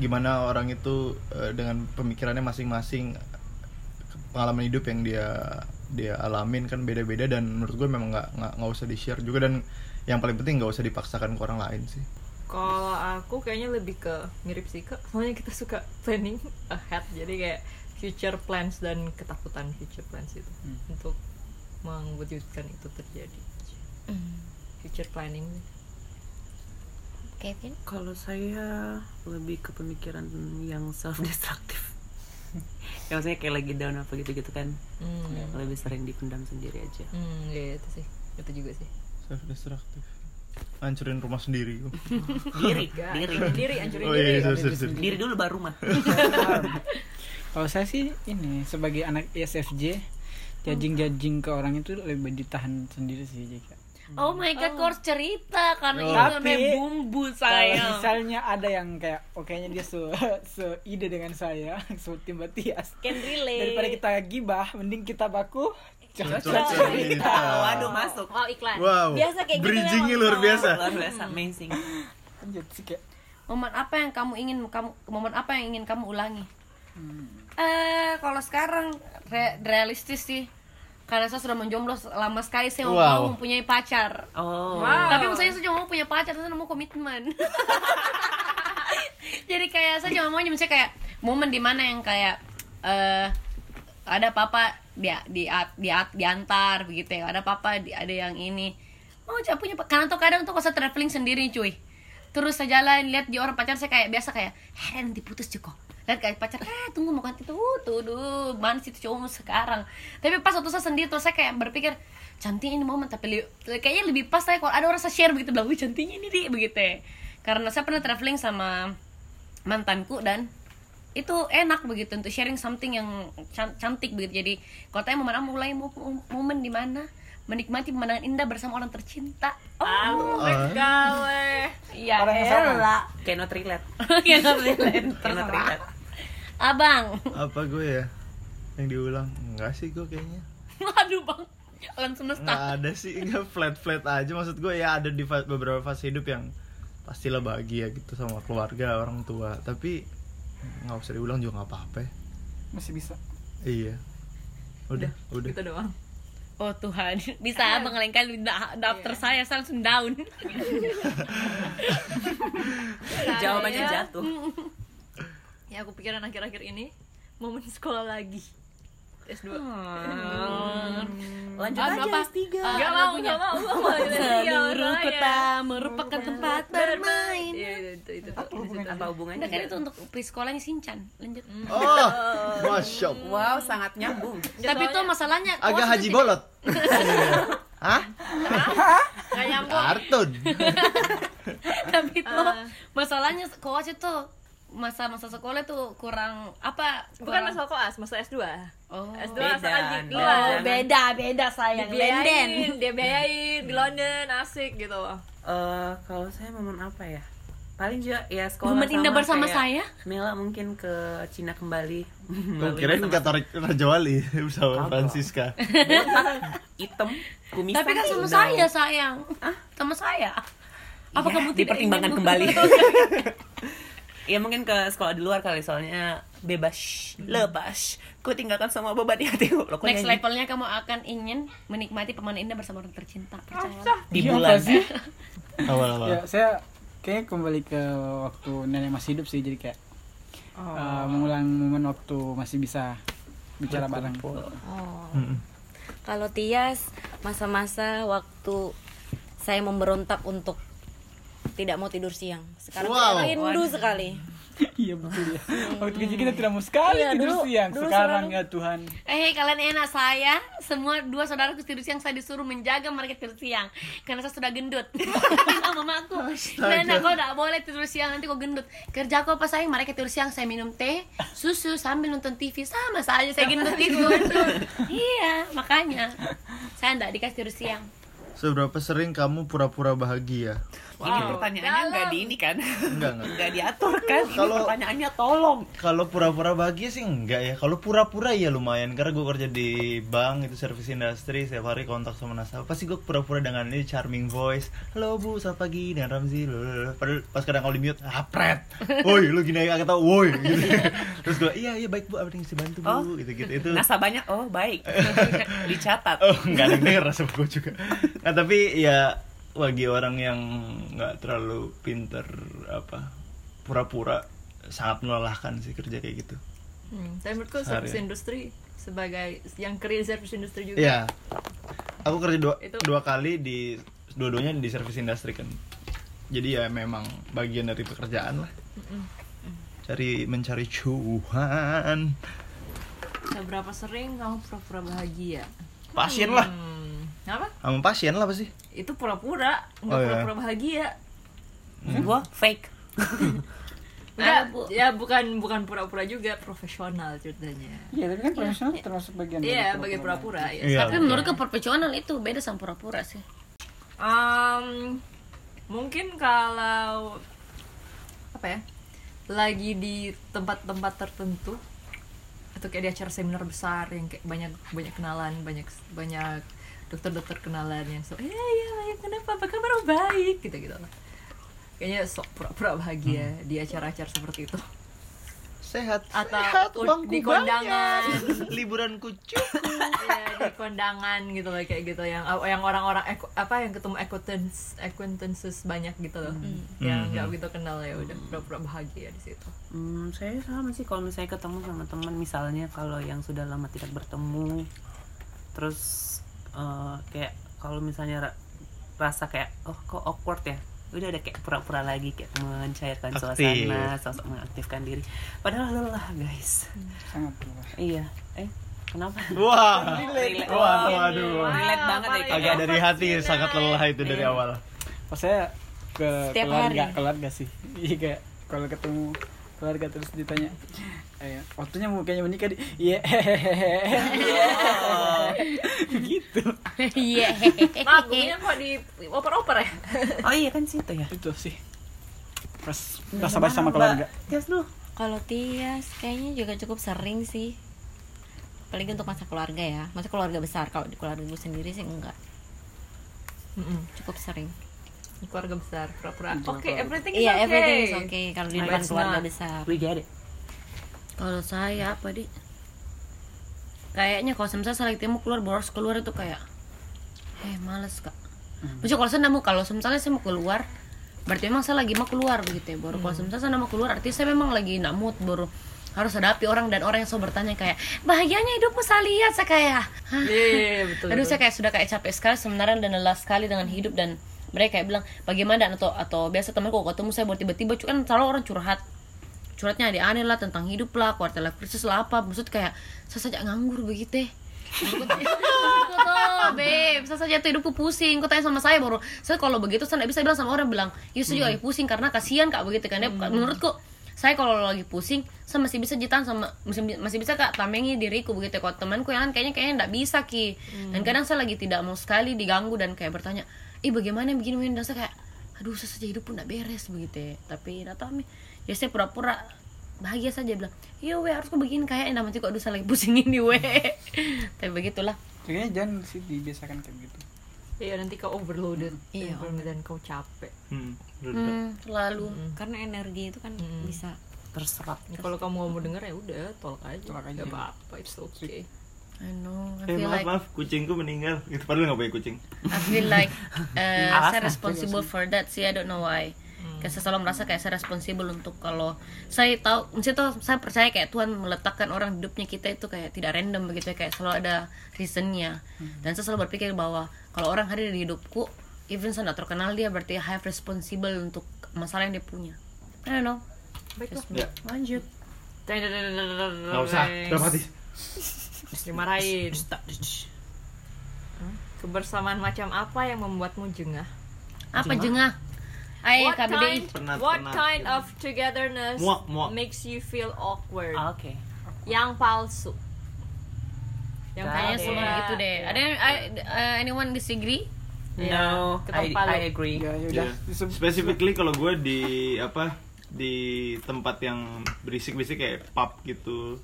Speaker 3: gimana orang itu eh, dengan pemikirannya masing-masing pengalaman hidup yang dia dia alamin kan beda-beda dan menurut gue memang nggak nggak nggak usah di share juga dan yang paling penting nggak usah dipaksakan ke orang lain sih
Speaker 4: Kalau aku kayaknya lebih ke mirip sih ke, soalnya kita suka planning ahead, jadi kayak future plans dan ketakutan future plans itu
Speaker 3: Hmm.
Speaker 4: untuk mewujudkan itu terjadi. Hmm. Future planning.
Speaker 6: Kevin.
Speaker 2: Kalau saya lebih ke pemikiran yang self destructive. ya maksudnya kayak lagi down apa gitu-gitu kan.
Speaker 4: Hmm,
Speaker 2: Lebih sering dipendam sendiri aja.
Speaker 4: hmm, ya itu sih, itu juga sih.
Speaker 3: self destructive hancurin rumah sendiri
Speaker 2: Diri, diri.
Speaker 4: diri, anjurin
Speaker 3: oh
Speaker 4: diri.
Speaker 3: iya sorry, sorry, sorry.
Speaker 2: Diri dulu baru rumah.
Speaker 5: E Kalau saya sih ini sebagai anak ISFJ judging judging ke orang itu lebih ditahan sendiri sih Jika.
Speaker 1: Oh my god, kau harus cerita karena
Speaker 3: Oh.
Speaker 1: itu namanya
Speaker 5: Tapi-
Speaker 1: bumbu
Speaker 5: Kalau
Speaker 1: sayang.
Speaker 5: misalnya ada yang kayak oke dia se seide dengan saya, seperti Mbak Tias.
Speaker 6: Can relate.
Speaker 5: Daripada kita gibah, mending kita baku
Speaker 3: Cocok
Speaker 5: cocok.
Speaker 3: cerita.
Speaker 2: waduh masuk
Speaker 1: Mau iklan.
Speaker 3: Wow.
Speaker 6: Biasa kayak gitu
Speaker 3: Bridgingnya
Speaker 6: memang,
Speaker 3: luar
Speaker 6: Tom.
Speaker 3: biasa.
Speaker 2: luar biasa amazing
Speaker 5: Lanjut sih kayak
Speaker 1: Momen apa yang kamu ingin kamu momen apa yang ingin kamu ulangi? Eh, kalau sekarang re- realistis sih. Karena saya sudah menjomblo lama sekali, saya mau
Speaker 3: Wow.
Speaker 1: mau mempunyai pacar.
Speaker 2: oh
Speaker 1: Tapi misalnya saya cuma mau punya pacar, saya mau komitmen. Jadi kayak saya cuma mau misalnya kayak momen di mana yang kayak eh ada papa dia di di diantar begitu ya. Ada papa di, ada yang ini. Oh, saya punya pa- karena tuh kadang tuh kalau saya traveling sendiri cuy. Terus saya jalan lihat di orang pacar saya kayak biasa kayak "Eh, heran nanti putus cukup. Lihat kayak pacar, ah tunggu mau ganti tuh, tuh, duh, mana sih tuh cowokmu sekarang. Tapi pas waktu saya sendiri terus saya kayak berpikir, cantik ini momen tapi li- kayaknya lebih pas saya kalau ada orang saya share begitu bilang wih cantiknya ini di begitu ya. karena saya pernah traveling sama mantanku dan itu enak begitu untuk sharing something yang can- cantik begitu jadi kalau tanya momen apa, mulai mo- mo- momen di mana menikmati pemandangan indah bersama orang tercinta oh
Speaker 3: Ah,
Speaker 1: iya
Speaker 5: Orang yang sama.
Speaker 1: elah.
Speaker 2: cannot relate
Speaker 1: Ya, nggak relate.
Speaker 2: cannot relate
Speaker 1: abang
Speaker 3: Apa gue ya? Yang diulang? Enggak sih gue kayaknya.
Speaker 1: waduh bang langsung
Speaker 3: Nggak
Speaker 1: nostalgia
Speaker 3: ada sih, enggak flat-flat aja maksud gue ya ada di fa- beberapa fase hidup yang pastilah bahagia gitu sama keluarga, orang tua. Tapi nggak usah diulang juga nggak apa-apa. ya.
Speaker 5: masih bisa.
Speaker 3: Iya. Udah, udah.
Speaker 4: Itu Gitu doang.
Speaker 1: oh Tuhan bisa abang lain kali da- daftar saya saya langsung down
Speaker 2: jawabannya jatuh
Speaker 4: Ya aku pikiran akhir-akhir ini momen sekolah lagi. S2.
Speaker 2: lanjut
Speaker 1: Ah,
Speaker 2: aja
Speaker 1: berapa?
Speaker 2: S3
Speaker 1: Ah,
Speaker 4: Gak
Speaker 1: nggak
Speaker 4: mau,
Speaker 1: punya.
Speaker 4: gak mau, gak mau.
Speaker 1: Seluruh kota merupakan tempat bermain.
Speaker 4: Iya, itu itu. itu.
Speaker 2: apa hubungannya
Speaker 1: Udah kan itu untuk pre-sekolahnya Sinchan. Lanjut.
Speaker 3: Oh, masya Allah.
Speaker 2: wow sangat nyambung
Speaker 1: Tapi itu masalahnya koas
Speaker 3: Agak
Speaker 1: itu
Speaker 3: haji
Speaker 1: tidak-
Speaker 3: bolot. Hah?
Speaker 1: nggak nyambung.
Speaker 3: Kartun.
Speaker 1: Tapi itu masalahnya koas itu masa-masa sekolah tuh kurang apa?
Speaker 4: Bukan
Speaker 1: kurang-
Speaker 4: masalah koas, masalah S2.
Speaker 1: Oh.
Speaker 4: S2
Speaker 2: Beda,
Speaker 4: asal lagi
Speaker 2: beda.
Speaker 4: keluar.
Speaker 1: beda, beda sayang.
Speaker 4: Dibiayain, dia biayain di London, asik gitu.
Speaker 2: Eh, kalau saya momen apa ya? Paling juga ya sekolah
Speaker 1: Momen indah bersama saya?
Speaker 2: kayak Mila mungkin ke Cina kembali.
Speaker 3: Gue kirain kata Raja Wali
Speaker 2: Kagak.
Speaker 3: bersama Francisca.
Speaker 2: hitam, kumisan.
Speaker 1: Tapi kan sama saya sayang. Sama saya. Apa
Speaker 2: Iya,
Speaker 1: kamu tidak
Speaker 2: dipertimbangkan
Speaker 1: ingin-
Speaker 2: kembali. Ya mungkin ke sekolah di luar kali soalnya bebas, lepas. Ku tinggalkan semua beban di hatiku. Loh, kok
Speaker 1: Next
Speaker 2: nyanyi?
Speaker 1: levelnya kamu akan ingin menikmati pemandangan indah bersama orang tercinta. Percayalah.
Speaker 2: di
Speaker 5: Iya,
Speaker 2: bulan.
Speaker 5: apa sih? Ya,
Speaker 3: Awal-awal.
Speaker 5: saya kayak kembali ke waktu nenek masih hidup sih jadi kayak
Speaker 2: Oh.
Speaker 5: eh, mengulang momen waktu masih bisa bicara bareng.
Speaker 6: Oh.
Speaker 3: Mm-mm.
Speaker 6: Kalau Tias masa-masa waktu saya memberontak untuk tidak mau tidur siang. Sekarang
Speaker 3: Wow.
Speaker 6: saya rindu sekali.
Speaker 5: Iya betul ya. Waktu kecil kita tidak mau sekali
Speaker 6: Iya,
Speaker 5: tidur
Speaker 6: dulu-
Speaker 5: siang.
Speaker 6: dulu
Speaker 5: Sekarang
Speaker 6: selalu-
Speaker 5: ya Tuhan.
Speaker 1: Eh kalian enak saya semua dua saudara tidur siang saya disuruh menjaga mereka tidur siang karena saya sudah gendut sama Nah, mamaku
Speaker 3: Astaga.
Speaker 1: Nenek kau tidak boleh tidur siang nanti kau gendut kerja kau apa sayang mereka tidur siang saya minum teh susu sambil nonton TV sama saja saya gendut itu iya makanya saya tidak dikasih tidur siang
Speaker 3: Seberapa sering kamu pura-pura bahagia?
Speaker 2: Ini pertanyaannya enggak di ini kan?
Speaker 3: Enggak, enggak.
Speaker 2: Enggak diatur kan? Ini
Speaker 3: Kalau-
Speaker 2: pertanyaannya tolong.
Speaker 3: Kalau pura-pura bahagia sih enggak ya. Kalau pura-pura ya lumayan karena gue kerja di bank itu service industri setiap hari kontak sama nasabah. Pasti gue pura-pura dengan ini charming voice. Halo Bu, selamat pagi dan Ramzi. Lalalala. Padahal pas kadang kalau di mute, apret. Woi, lu gini aja kata woi gitu. Terus gue, iya iya baik Bu, apa yang bisa bantu Bu
Speaker 2: Oh.
Speaker 3: gitu-gitu. Itu
Speaker 2: Nasabahnya oh baik. Dicatat.
Speaker 3: Oh, nggak ada yang denger rasa gue juga. Nah, tapi ya bagi orang yang nggak terlalu pinter apa pura-pura sangat melelahkan sih kerja kayak gitu.
Speaker 4: Hmm, tapi menurutku
Speaker 3: Sehari.
Speaker 4: service industry sebagai yang kerja di service industry juga.
Speaker 3: Iya. Aku kerja dua,
Speaker 4: Itu-
Speaker 3: dua kali di dua-duanya di service industri kan. Jadi ya memang bagian dari pekerjaan lah. Cari mencari cuan.
Speaker 4: Seberapa sering kamu pura-pura bahagia?
Speaker 3: Pasien lah.
Speaker 4: Hmm, apa?
Speaker 3: Sama pasien lah pasti.
Speaker 4: Itu pura-pura, nggak
Speaker 3: Oh, iya.
Speaker 4: pura-pura bahagia.
Speaker 2: Gua fake.
Speaker 4: Enggak,
Speaker 1: Apa, Bu?
Speaker 4: ya bukan bukan pura-pura juga profesional ceritanya.
Speaker 5: Iya, tapi kan profesional termasuk bagian dari
Speaker 4: Iya, bagi pura-pura ya.
Speaker 3: Iya,
Speaker 1: Tapi menurut ke profesional itu beda sama pura-pura sih.
Speaker 4: Um, mungkin kalau apa ya lagi di tempat-tempat tertentu atau kayak di acara seminar besar yang kayak banyak banyak kenalan banyak banyak dokter-dokter kenalan yang so eh ya baik kenapa apa kabar Oh, baik gitu gitu lah kayaknya sok pura-pura bahagia di acara-acara seperti itu
Speaker 3: Sehat,
Speaker 4: atau
Speaker 3: sehat,
Speaker 4: u-
Speaker 3: uangku
Speaker 4: di kondangan
Speaker 3: banyak. Liburanku cukup.
Speaker 4: Iya, di kondangan gitu loh kayak gitu yang yang orang-orang eku- apa yang ketemu acquaintance acquaintances banyak gitu loh
Speaker 6: Hmm.
Speaker 3: Hmm.
Speaker 4: yang nggak gitu kenal ya udah pura-pura bahagia di situ
Speaker 2: Hmm, saya sama sih kalau misalnya ketemu sama teman misalnya kalau yang sudah lama tidak bertemu terus eh, kayak kalau misalnya ra- rasa kayak oh kok awkward ya udah ada kayak pura-pura lagi kayak mencairkan
Speaker 3: Aktif.
Speaker 2: suasana sosok mengaktifkan diri padahal lelah guys
Speaker 5: sangat lelah.
Speaker 2: iya eh kenapa
Speaker 3: Wah. Wah, waduh.
Speaker 2: relate banget ya kayak
Speaker 3: Agak dari hati sangat lelah itu dari
Speaker 4: Iya.
Speaker 3: awal.
Speaker 5: Pas saya ke
Speaker 6: Setiap
Speaker 5: keluarga,
Speaker 6: hari.
Speaker 5: keluarga sih. Iya kayak kalau ketemu keluarga terus ditanya eh, waktunya mau kayaknya menikah di iya gitu
Speaker 1: Iya.
Speaker 4: maaf bunyinya kok di oper-oper ya
Speaker 2: oh iya kan situ ya
Speaker 5: itu sih pas rasa basi sama keluarga
Speaker 2: Tias dulu
Speaker 6: Kalau Tias kayaknya juga cukup sering sih. Apalagi untuk masa keluarga ya. Masa keluarga besar. Kalau di keluarga gue sendiri sih enggak.
Speaker 4: Mm-mm.
Speaker 6: Cukup sering.
Speaker 4: keluarga besar pura-pura oke everything is
Speaker 6: Iya,
Speaker 4: okay
Speaker 6: everything is okay kalau di depan
Speaker 4: Let's
Speaker 6: keluarga
Speaker 4: not.
Speaker 6: besar.
Speaker 2: we get it
Speaker 1: Kalau saya apa di? Kayaknya kalau misalnya saya lagi temu keluar boros keluar itu kayak, eh males kak. Maksudnya kalau saya nggak mau kalau misalnya saya mau keluar, berarti memang saya lagi mau keluar begitu ya. Baru kalau misalnya saya nggak mau keluar, artinya saya memang lagi nggak mood baru harus hadapi orang dan orang yang so bertanya kayak bahagianya hidupmu saya lihat saya kayak "Hah?"
Speaker 4: Iya, iya, iya, betul
Speaker 1: Aduh
Speaker 4: betul.
Speaker 1: saya kayak sudah kayak capek sekali sebenarnya dan lelah sekali dengan hidup dan mereka kayak bilang bagaimana dan atau atau biasa temanku kalau ketemu saya baru tiba-tiba cu- kan selalu orang curhat curhatnya ada aneh lah tentang hidup lah quarter life crisis lah apa maksud kayak saya saja nganggur begitu ya. Hidupku tuh, babe, saya saja tuh hidupku pusing. Kau tanya sama saya baru, saya kalau begitu saya nggak bisa bilang sama orang bilang, ya saya juga lagi pusing karena kasihan kak begitu kan. Ya, Menurutku, saya kalau lagi pusing, saya masih bisa jitan sama masih, masih bisa kak tamengi diriku begitu. Kalau temanku yang lain kayaknya kayaknya nggak bisa ki. Dan kadang saya lagi tidak mau sekali diganggu dan kayak bertanya, ih bagaimana begini begini dan saya kayak, aduh saya saja hidup pun nggak beres begitu. ya. Tapi nggak tahu mi, ya saya pura-pura bahagia saja bilang, iya weh harus kok begini kayaknya nanti kok aduh saya lagi pusing ini weh. Tapi begitulah.
Speaker 5: kayaknya jangan sih dibiasakan kayak gitu
Speaker 4: iya nanti kau overloaded
Speaker 6: Iya,
Speaker 4: dan kau capek
Speaker 3: Hmm.
Speaker 1: Hmm, selalu.
Speaker 6: Karena energi itu kan
Speaker 4: Mm.
Speaker 6: bisa
Speaker 2: terserap
Speaker 4: kalau kamu mau denger ya udah tolak aja
Speaker 5: Tolak aja.
Speaker 4: nggak apa-apa it's okay
Speaker 1: I know. I
Speaker 3: Eh,
Speaker 1: feel
Speaker 3: maaf,
Speaker 1: like
Speaker 3: maaf, kucingku meninggal. Itu padahal nggak punya kucing.
Speaker 1: I feel like uh,
Speaker 2: Alas
Speaker 1: saya
Speaker 2: lah,
Speaker 1: responsible for that sih. I don't know why. Kayak saya selalu merasa kayak saya responsible untuk kalau saya tahu, maksudnya tuh saya percaya kayak Tuhan meletakkan orang hidupnya kita itu kayak tidak random begitu ya kayak selalu ada reasonnya. Dan saya selalu berpikir bahwa kalau orang hadir di hidupku, even saya nggak terkenal dia berarti I have responsible untuk masalah yang dia punya. I don't know.
Speaker 4: baiklah
Speaker 3: Ya.
Speaker 1: Lanjut.
Speaker 3: Nggak usah. Udah mati.
Speaker 4: dimarahin kebersamaan macam apa yang membuatmu jengah
Speaker 1: Apa jengah? Ayo
Speaker 4: what
Speaker 1: KBBI.
Speaker 4: kind,
Speaker 3: Penat,
Speaker 4: what
Speaker 3: penat.
Speaker 4: kind of togetherness
Speaker 3: Muak, muak.
Speaker 4: makes you feel awkward?
Speaker 2: oke
Speaker 4: Yang palsu. Yang
Speaker 1: Kayaknya
Speaker 4: palsu
Speaker 1: semua gitu deh. Ada yang- I- uh, anyone disagree?
Speaker 2: no I,
Speaker 4: ketok palu.
Speaker 2: I agree
Speaker 5: ya yaudah
Speaker 3: Iya. Specifically kalau gue di apa di tempat yang berisik-berisik kayak pub gitu.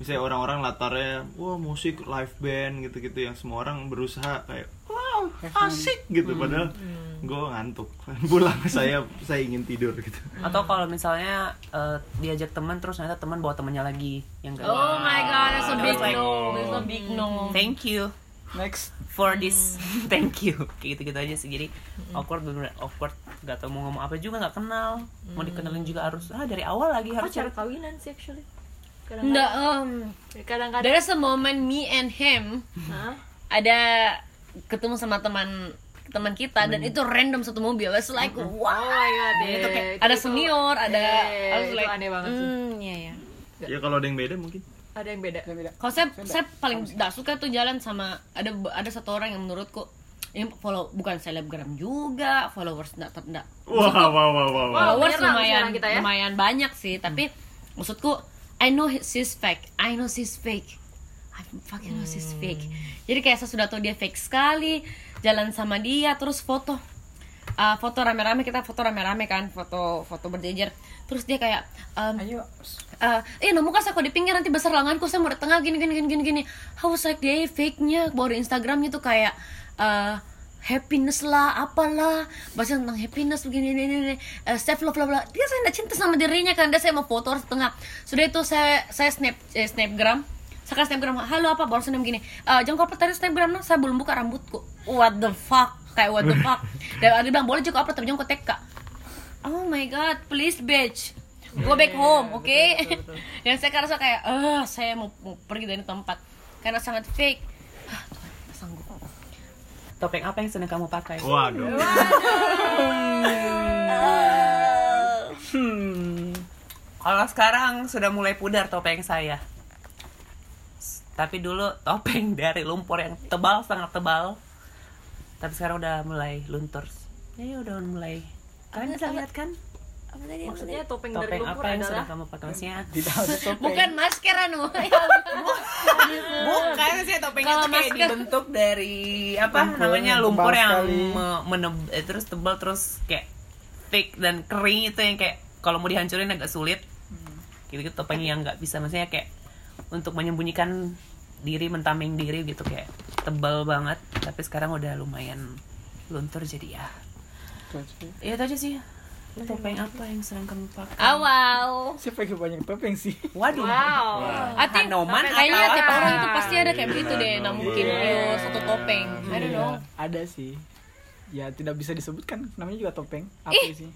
Speaker 3: Misalnya orang-orang latarnya, wah musik live band gitu-gitu yang semua orang berusaha kayak wow asik gitu padahal
Speaker 6: Hmm.
Speaker 3: gue ngantuk pulang saya saya ingin tidur gitu.
Speaker 2: atau kalau misalnya eh, diajak teman terus ternyata teman bawa temannya lagi yang gak
Speaker 1: Oh my god, that's a big
Speaker 2: Like-
Speaker 1: no. That's a big no.
Speaker 2: thank you
Speaker 5: next
Speaker 2: for this thank you kayak gitu gitu aja sih jadi awkward bener awkward gak tau mau ngomong apa juga nggak kenal mau dikenalin juga harus ah dari awal lagi
Speaker 4: Apa
Speaker 2: harus
Speaker 4: cara
Speaker 2: cari
Speaker 4: kawinan sih actually?
Speaker 1: Nggak,
Speaker 4: Kadang-kadang.
Speaker 1: um,
Speaker 4: Kadang-kadang.
Speaker 1: there's a moment me and him
Speaker 4: Hah?
Speaker 1: ada ketemu sama teman teman kita dan itu random satu mobil. It's like
Speaker 4: Oh
Speaker 1: wow.
Speaker 4: my god.
Speaker 1: Itu
Speaker 4: eh,
Speaker 1: kayak ada
Speaker 4: itu-
Speaker 1: senior, ada
Speaker 4: eh,
Speaker 1: I was
Speaker 4: itu
Speaker 1: like,
Speaker 4: aneh banget sih.
Speaker 6: Hmm, iya ya.
Speaker 3: Ya kalau ada yang beda mungkin.
Speaker 4: Ada yang beda.
Speaker 5: beda
Speaker 1: Kalau saya, saya paling tidak suka tuh jalan sama ada ada satu orang yang menurutku ini follow bukan selebgram juga followers nggak ter nggak-
Speaker 3: Wah, wah, wah, wah, wah.
Speaker 1: followers
Speaker 4: bener lah
Speaker 1: lumayan
Speaker 4: usiaran kita ya.
Speaker 1: lumayan banyak sih tapi maksudku I know she's fake I know she's fake I fucking know she's fake jadi kayak saya sudah tahu dia fake sekali jalan sama dia terus foto Uh, foto rame-rame kita foto rame-rame kan foto foto berjejer terus dia kayak um,
Speaker 5: Ayo.
Speaker 1: eh eh nemu kas aku di pinggir nanti besar lenganku saya mau di tengah gini gini gini gini gini haus like dia fake nya baru di instagramnya tuh kayak eh happiness lah apalah bahasa tentang happiness begini ini ini, ini eh, self love bla bla dia saya nggak cinta sama dirinya kan dia saya mau foto harus di tengah sudah itu saya saya snap eh, snapgram saya kan snapgram halo apa baru saya bilang gini "Eh, jongkok apa tadi snapgram nah, saya belum buka rambutku what the fuck kayak what the fuck dan dia bilang boleh jongkok apa tapi jongkok TK oh my god please bitch go back home oke dan saya karena kayak ah saya mau, mau pergi dari tempat karena sangat fake ah Tuhan nggak sanggup
Speaker 2: Topeng apa yang sedang kamu pakai?
Speaker 3: Waduh.
Speaker 2: Kalau sekarang sudah mulai pudar topeng saya. S- Tapi dulu topeng dari lumpur yang tebal, sangat tebal. Tapi sekarang udah mulai luntur. Ya ya, udah mulai. Kalian bisa lihat kan?
Speaker 6: Apa tadi?
Speaker 4: maksudnya topeng, dari
Speaker 2: Topeng
Speaker 4: lumpur
Speaker 2: apa yang sedang
Speaker 4: adalah Hmm.
Speaker 2: kamu pakai? Maksudnya
Speaker 5: Tidak ada topeng.
Speaker 1: bukan masker anu Ya ampun.
Speaker 2: Bukan sih topengnya
Speaker 1: Kalau
Speaker 2: tuh kayak
Speaker 1: masker-
Speaker 2: dibentuk dari apa
Speaker 5: Lumpur,
Speaker 2: namanya
Speaker 5: tebal
Speaker 2: lumpur yang
Speaker 5: sekali.
Speaker 2: me- meneb- eh, terus tebal terus kayak thick dan kering itu yang kayak kalau mau dihancurin agak sulit.
Speaker 4: Hmm.
Speaker 2: Gitu, -gitu topeng yang nggak bisa maksudnya kayak untuk menyembunyikan diri mentameng diri gitu kayak tebal banget tapi sekarang udah lumayan luntur jadi ya ya itu aja sih
Speaker 4: Iya.
Speaker 2: topeng apa yang sering kamu pakai
Speaker 1: awal
Speaker 5: Siapa yang banyak topeng sih?
Speaker 2: waduh
Speaker 4: wow
Speaker 1: I think
Speaker 2: Hanoman
Speaker 1: kayaknya
Speaker 2: atau
Speaker 1: tiap
Speaker 2: apa?
Speaker 1: ya, orang itu pasti ada kayak begitu deh nah mungkin
Speaker 3: Iya.
Speaker 1: yo, satu topeng I don't know
Speaker 5: Iya, Ada sih. Ya tidak bisa disebutkan namanya juga topeng. Apa
Speaker 1: Ih.
Speaker 5: sih?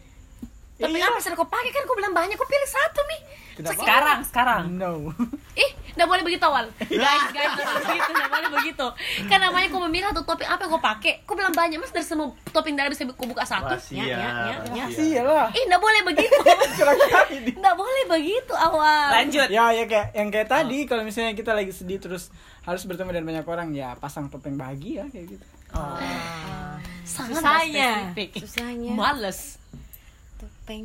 Speaker 1: tapi
Speaker 2: Iya.
Speaker 1: apa sih kau pakai kan kau bilang banyak kau pilih satu nih
Speaker 5: Tidak apa.
Speaker 2: sekarang sekarang
Speaker 5: No.
Speaker 1: ih nggak boleh begitu awal guys guys nggak boleh begitu nggak boleh begitu kan namanya kau memilih satu topeng apa yang kau pakai kau bilang banyak mas dari semua topeng dari bisa kau buka satu
Speaker 3: Rahasia,
Speaker 6: Ya, ya, ya, ya.
Speaker 3: rahasia.
Speaker 5: Iya lah.
Speaker 1: Ih, Eh, nggak boleh begitu.
Speaker 5: Celaka ini.
Speaker 1: Nggak boleh begitu awal.
Speaker 2: lanjut Oh.
Speaker 5: Ya, ya kayak yang kayak tadi kalau misalnya kita lagi sedih terus harus bertemu dengan banyak orang ya pasang topeng bahagia kayak gitu.
Speaker 1: Sangat
Speaker 4: Susahnya.
Speaker 1: spesifik.
Speaker 6: Susahnya
Speaker 1: Males.
Speaker 6: topeng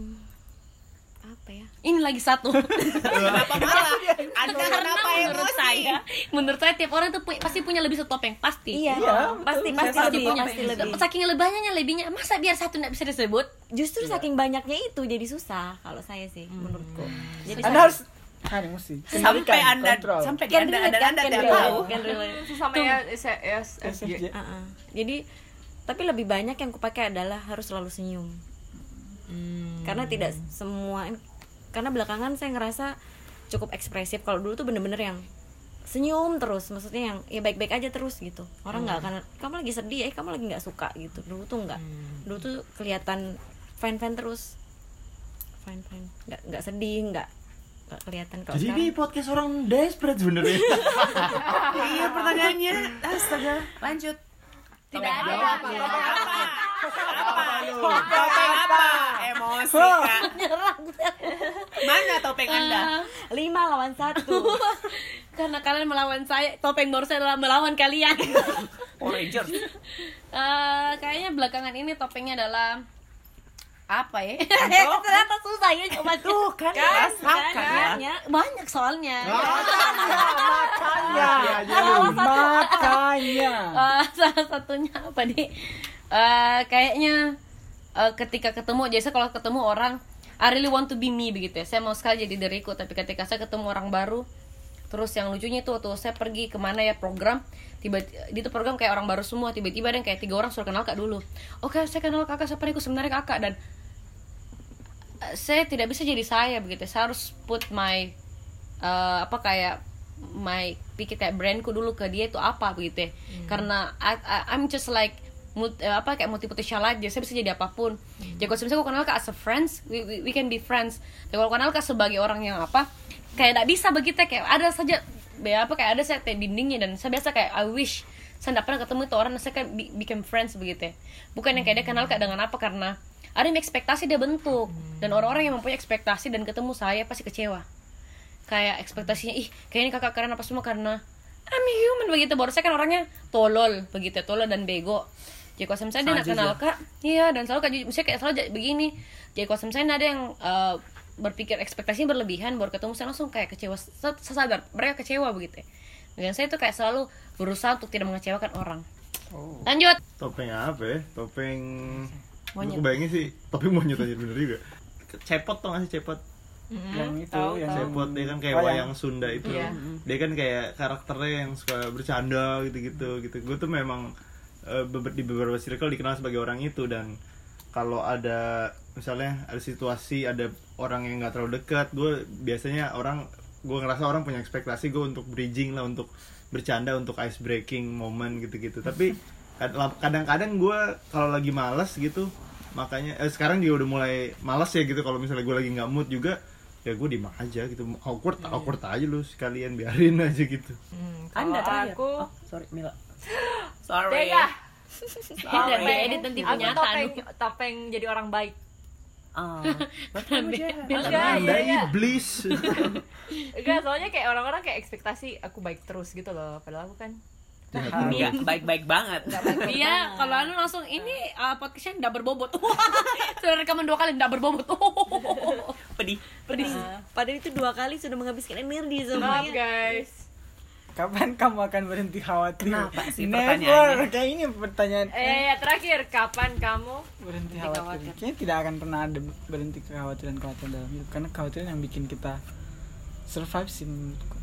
Speaker 6: apa ya?
Speaker 1: Ini lagi satu. Iya,
Speaker 2: kenapa malah ada kenapa
Speaker 1: menurut saya, menurut saya tiap orang tuh pu- pasti punya lebih satu topeng pasti.
Speaker 6: Iya,
Speaker 5: Iya,
Speaker 6: pasti
Speaker 5: betul.
Speaker 6: pasti
Speaker 5: Saya
Speaker 6: lebih,
Speaker 1: punya.
Speaker 6: pasti lebih.
Speaker 1: Saking lebahnya lebihnya, masa biar satu nggak bisa disebut?
Speaker 6: Justru saking banyaknya itu jadi susah kalau saya sih menurutku. Jadi
Speaker 5: Anda harus kan mesti
Speaker 2: sampai
Speaker 5: kendalikan,
Speaker 2: anda
Speaker 5: kontrol.
Speaker 2: sampai di
Speaker 6: Can
Speaker 2: anda
Speaker 6: relate,
Speaker 2: anda
Speaker 6: kan?
Speaker 2: anda
Speaker 6: Can
Speaker 2: tidak
Speaker 6: relate.
Speaker 2: tahu
Speaker 6: Can relate.
Speaker 4: sama ya
Speaker 5: Iya.
Speaker 4: SFJ
Speaker 2: Iya.
Speaker 5: SFJ.
Speaker 6: Uh-uh. Jadi tapi lebih banyak yang kupakai adalah harus selalu senyum.
Speaker 3: Hmm.
Speaker 6: Karena tidak semua karena belakangan saya ngerasa cukup ekspresif. Kalau dulu tuh bener-bener yang senyum terus, maksudnya yang ya baik-baik aja terus gitu. Orang
Speaker 3: Hmm.
Speaker 6: nggak akan kamu lagi sedih, eh kamu lagi nggak suka gitu. Dulu tuh nggak.
Speaker 3: Hmm.
Speaker 6: Dulu tuh kelihatan fan-fan terus. Fan-fan, nggak nggak sedih, nggak nggak kelihatan kalau
Speaker 3: Jadi ini
Speaker 6: sekarang.
Speaker 3: podcast orang desperate sebenarnya.
Speaker 2: iya pertanyaannya astaga lanjut
Speaker 1: Tidak ada.
Speaker 5: Oh,
Speaker 2: topeng Oh, apa emosi kak mana topeng anda
Speaker 6: Lima lawan satu.
Speaker 1: Ah, Karena kalian melawan saya, topeng baru saya adalah melawan kalian.
Speaker 2: oh ranger
Speaker 1: Eh, kayaknya belakangan ini topengnya adalah apa ya? Ternyata susah ya coba
Speaker 2: tuh kan rasakan ya
Speaker 6: Kayaknya
Speaker 1: banyak soalnya.
Speaker 2: Oh.
Speaker 5: Makanya.
Speaker 1: Eh, salah satunya apa nih Eh, kayaknya eh, ketika ketemu jadi saya kalau ketemu orang I really want to be me begitu ya saya mau sekali jadi diriku tapi ketika saya ketemu orang baru terus yang lucunya itu waktu saya pergi kemana ya program tiba di itu program kayak orang baru semua tiba-tiba ada yang kayak tiga orang suruh kenal kak dulu oke saya kenal kakak siapa nih aku sebenarnya kakak dan eh, saya tidak bisa jadi saya begitu saya harus put my eh, apa kayak my pikir kayak brandku dulu ke dia itu apa begitu ya karena I, I- I'm just like mut- eh, apa kayak multi potential aja saya bisa jadi apapun jadi kalau misalnya aku kenal ke as a friends we, we, we can be friends tapi kalau kenal ke sebagai orang yang apa kayak tidak bisa begitu ya, kayak ada saja ya apa kayak ada saya kayak dindingnya dan saya biasa kayak I wish saya tidak pernah ketemu itu orang dan saya kayak bi- become friends begitu ya bukan yang kayak dia kenal kayak dengan apa karena ada yang ekspektasi dia bentuk dan orang-orang yang mempunyai ekspektasi dan ketemu saya pasti kecewa kayak ekspektasinya ih kayaknya kakak keren apa semua karena I'm human begitu baru saya kan orangnya tolol begitu tolol dan bego Jeko Samsena dia
Speaker 2: Sama
Speaker 1: nggak kenal
Speaker 2: Jujur.
Speaker 1: kak iya dan selalu kak Jujur- misalnya kayak selalu j- begini Jeko Samsena ada yang eh, berpikir ekspektasinya berlebihan baru ketemu saya langsung kayak kecewa Se- sesadar mereka kecewa begitu ya. dan saya itu kayak selalu berusaha untuk tidak mengecewakan orang lanjut
Speaker 3: Topeng apa ya? Topeng... Monyet. Gue bayangin sih, topeng monyet aja bener juga. Cepot tau gak sih cepot?
Speaker 2: Hmm,
Speaker 5: yang itu
Speaker 4: tahu,
Speaker 5: yang
Speaker 3: Cepot dia kan
Speaker 5: Oh,
Speaker 3: kayak wayang Sunda itu.
Speaker 4: Iya.
Speaker 3: Dia kan kayak karakternya yang suka bercanda gitu-gitu gitu. Gue tuh memang eh, beber- di beberapa circle dikenal sebagai orang itu dan kalau ada misalnya ada situasi ada orang yang nggak terlalu dekat, gue biasanya orang gue ngerasa orang punya ekspektasi gue untuk bridging lah untuk bercanda untuk ice breaking moment gitu-gitu. Tapi kad- kadang-kadang gue kalau lagi malas gitu makanya eh, sekarang juga udah mulai malas ya gitu kalau misalnya gue lagi nggak mood juga ya gue diem aja gitu
Speaker 4: Iya,
Speaker 3: awkward awkward aja lu sekalian biarin aja gitu
Speaker 4: Hmm,
Speaker 2: Anda
Speaker 4: kalau
Speaker 2: terakhir.
Speaker 4: aku ya.
Speaker 2: Oh, sorry Mila.
Speaker 1: Oh.
Speaker 2: Sorry.
Speaker 4: Dea.
Speaker 1: dan diedit nanti
Speaker 4: Oh, iya.
Speaker 1: punya
Speaker 4: Aku topeng, topeng jadi orang baik.
Speaker 2: Ah,
Speaker 4: Enggak, iya,
Speaker 3: anda
Speaker 4: iya.
Speaker 3: iblis
Speaker 4: Enggak, soalnya kayak orang-orang kayak ekspektasi aku baik terus gitu loh. Padahal aku kan
Speaker 2: Iya, baik-baik banget.
Speaker 1: Iya, kalau anu langsung ini uh, podcastnya ndak berbobot. Sudah rekaman dua kali ndak berbobot.
Speaker 2: Pedih.
Speaker 6: Pedih.
Speaker 1: Nah,
Speaker 6: Padahal itu dua kali sudah menghabiskan energi
Speaker 4: maaf
Speaker 3: Iya.
Speaker 6: semuanya.
Speaker 4: guys.
Speaker 5: Kapan kamu akan berhenti khawatir?
Speaker 2: Kenapa sih
Speaker 5: Never.
Speaker 2: pertanyaannya?
Speaker 5: Kayak ini pertanyaan.
Speaker 4: Eh, ya, terakhir kapan kamu
Speaker 5: berhenti khawatir. Kayaknya tidak akan pernah ada berhenti kekhawatiran kekhawatiran dalam hidup karena kekhawatiran yang bikin kita survive sih menurutku.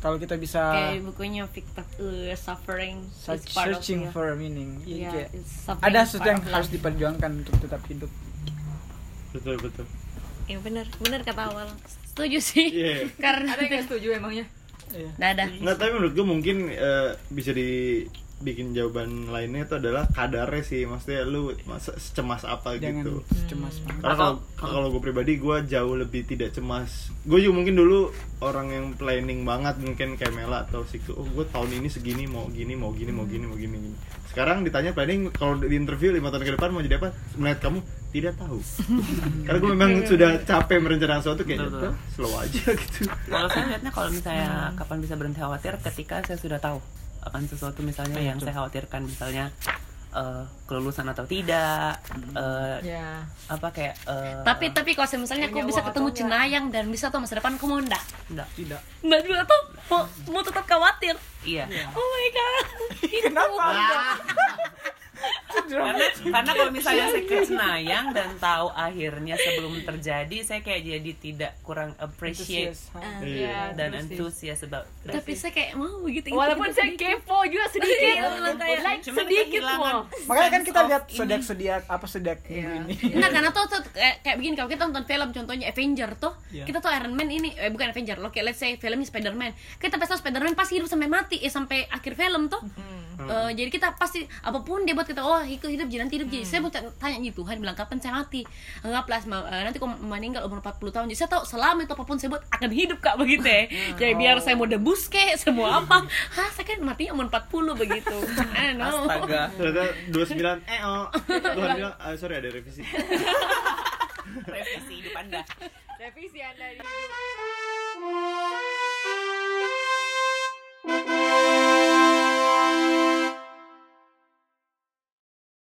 Speaker 5: Kalau kita bisa
Speaker 1: Kayak bukunya Victor uh, Suffering is
Speaker 5: search-
Speaker 1: part of
Speaker 5: searching
Speaker 1: life.
Speaker 5: for meaning, Iya,
Speaker 1: Iya,
Speaker 5: kayak
Speaker 1: it's suffering
Speaker 5: ada
Speaker 1: is
Speaker 5: sesuatu
Speaker 1: part
Speaker 5: yang
Speaker 1: of
Speaker 5: harus
Speaker 1: life.
Speaker 5: diperjuangkan untuk tetap hidup.
Speaker 3: betul betul
Speaker 6: Ya
Speaker 1: Iya,
Speaker 6: benar, benar kata awal.
Speaker 1: Setuju sih.
Speaker 3: Iya.
Speaker 1: Karena
Speaker 4: ada yang gak setuju emangnya?
Speaker 5: Iya.
Speaker 1: dadah.
Speaker 3: nggak tapi menurut gue mungkin eh, bisa dibikin jawaban lainnya itu adalah kadarnya sih maksudnya lu masa- secemas apa
Speaker 5: Jangan
Speaker 3: gitu
Speaker 1: Hmm,
Speaker 5: cemas banget.
Speaker 3: karena kalau- kalau gue pribadi gue jauh lebih tidak cemas gue juga mungkin dulu orang yang planning banget mungkin kayak Mela atau Siku oh gue tahun ini segini mau gini mau gini mau gini mau gini, gini. sekarang ditanya planning kalau di interview lima tahun ke depan mau jadi apa melihat kamu tidak tahu karena gue memang sudah capek merencanakan sesuatu kayak
Speaker 2: Iya. Betul, betul.
Speaker 3: "Udah, slow aja gitu
Speaker 2: Kalau saya lihatnya kalau misalnya kapan bisa berhenti khawatir ketika saya sudah tahu akan sesuatu misalnya yang saya khawatirkan misalnya eh, kelulusan atau tidak eh,
Speaker 4: Ya.
Speaker 2: apa kayak eh,
Speaker 1: Tapi tapi kalau misalnya aku
Speaker 4: Punya
Speaker 1: bisa
Speaker 4: uang
Speaker 1: ketemu
Speaker 4: atau enggak?
Speaker 1: Cenayang dan bisa tau masa depan aku mau enggak?
Speaker 2: enggak.
Speaker 5: Tidak.
Speaker 1: Mbak dulu tuh mau, mau tetap khawatir.
Speaker 2: iya
Speaker 1: Oh my god.
Speaker 5: Kenapa?
Speaker 2: karena karena kalau misalnya saya ke Senayan dan tahu akhirnya sebelum terjadi saya kayak jadi tidak kurang appreciate
Speaker 5: Antusias,
Speaker 1: uh,
Speaker 5: ha.
Speaker 3: Iya.
Speaker 2: dan
Speaker 4: terus
Speaker 2: enthusiast about that.
Speaker 1: tapi saya kayak mau begitu. gitu.
Speaker 4: Walaupun saya kepo juga sedikit, like
Speaker 2: Cuman kan
Speaker 4: sedikit
Speaker 2: kehilangan
Speaker 4: loh.
Speaker 5: Makanya kan
Speaker 2: sense
Speaker 5: kita
Speaker 2: of
Speaker 5: lihat
Speaker 2: ini.
Speaker 5: sediak-sediak apa sediak minggu ini.
Speaker 1: Enggak, karena tuh, tuh kayak, kayak begini kalau kita nonton film contohnya Avenger tuh,
Speaker 5: Iya.
Speaker 1: kita tuh Iron Man ini eh bukan Avenger, loh kayak let's say filmnya Spider-Man. Kita pasti tahu Spider-Man pasti hidup sampai mati, eh sampai akhir film tuh. Eh, jadi kita pasti apapun dia buat kita oh hidup hidup jadi nanti hidup jadi saya mau ta- tanya nih Tuhan bilang kapan saya mati anggaplah sem- eh, nanti kalau meninggal umur 40 tahun jadi saya tahu selama itu apapun saya buat akan hidup kak begitu ya jadi biar saya mau debus kek semua apa hah saya kan matinya umur 40 begitu I don't know
Speaker 2: astaga
Speaker 3: ternyata 29 eh oh Tuhan bilang "Ah, sorry ada revisi
Speaker 2: revisi hidup anda
Speaker 4: Revisi Anda di hidup.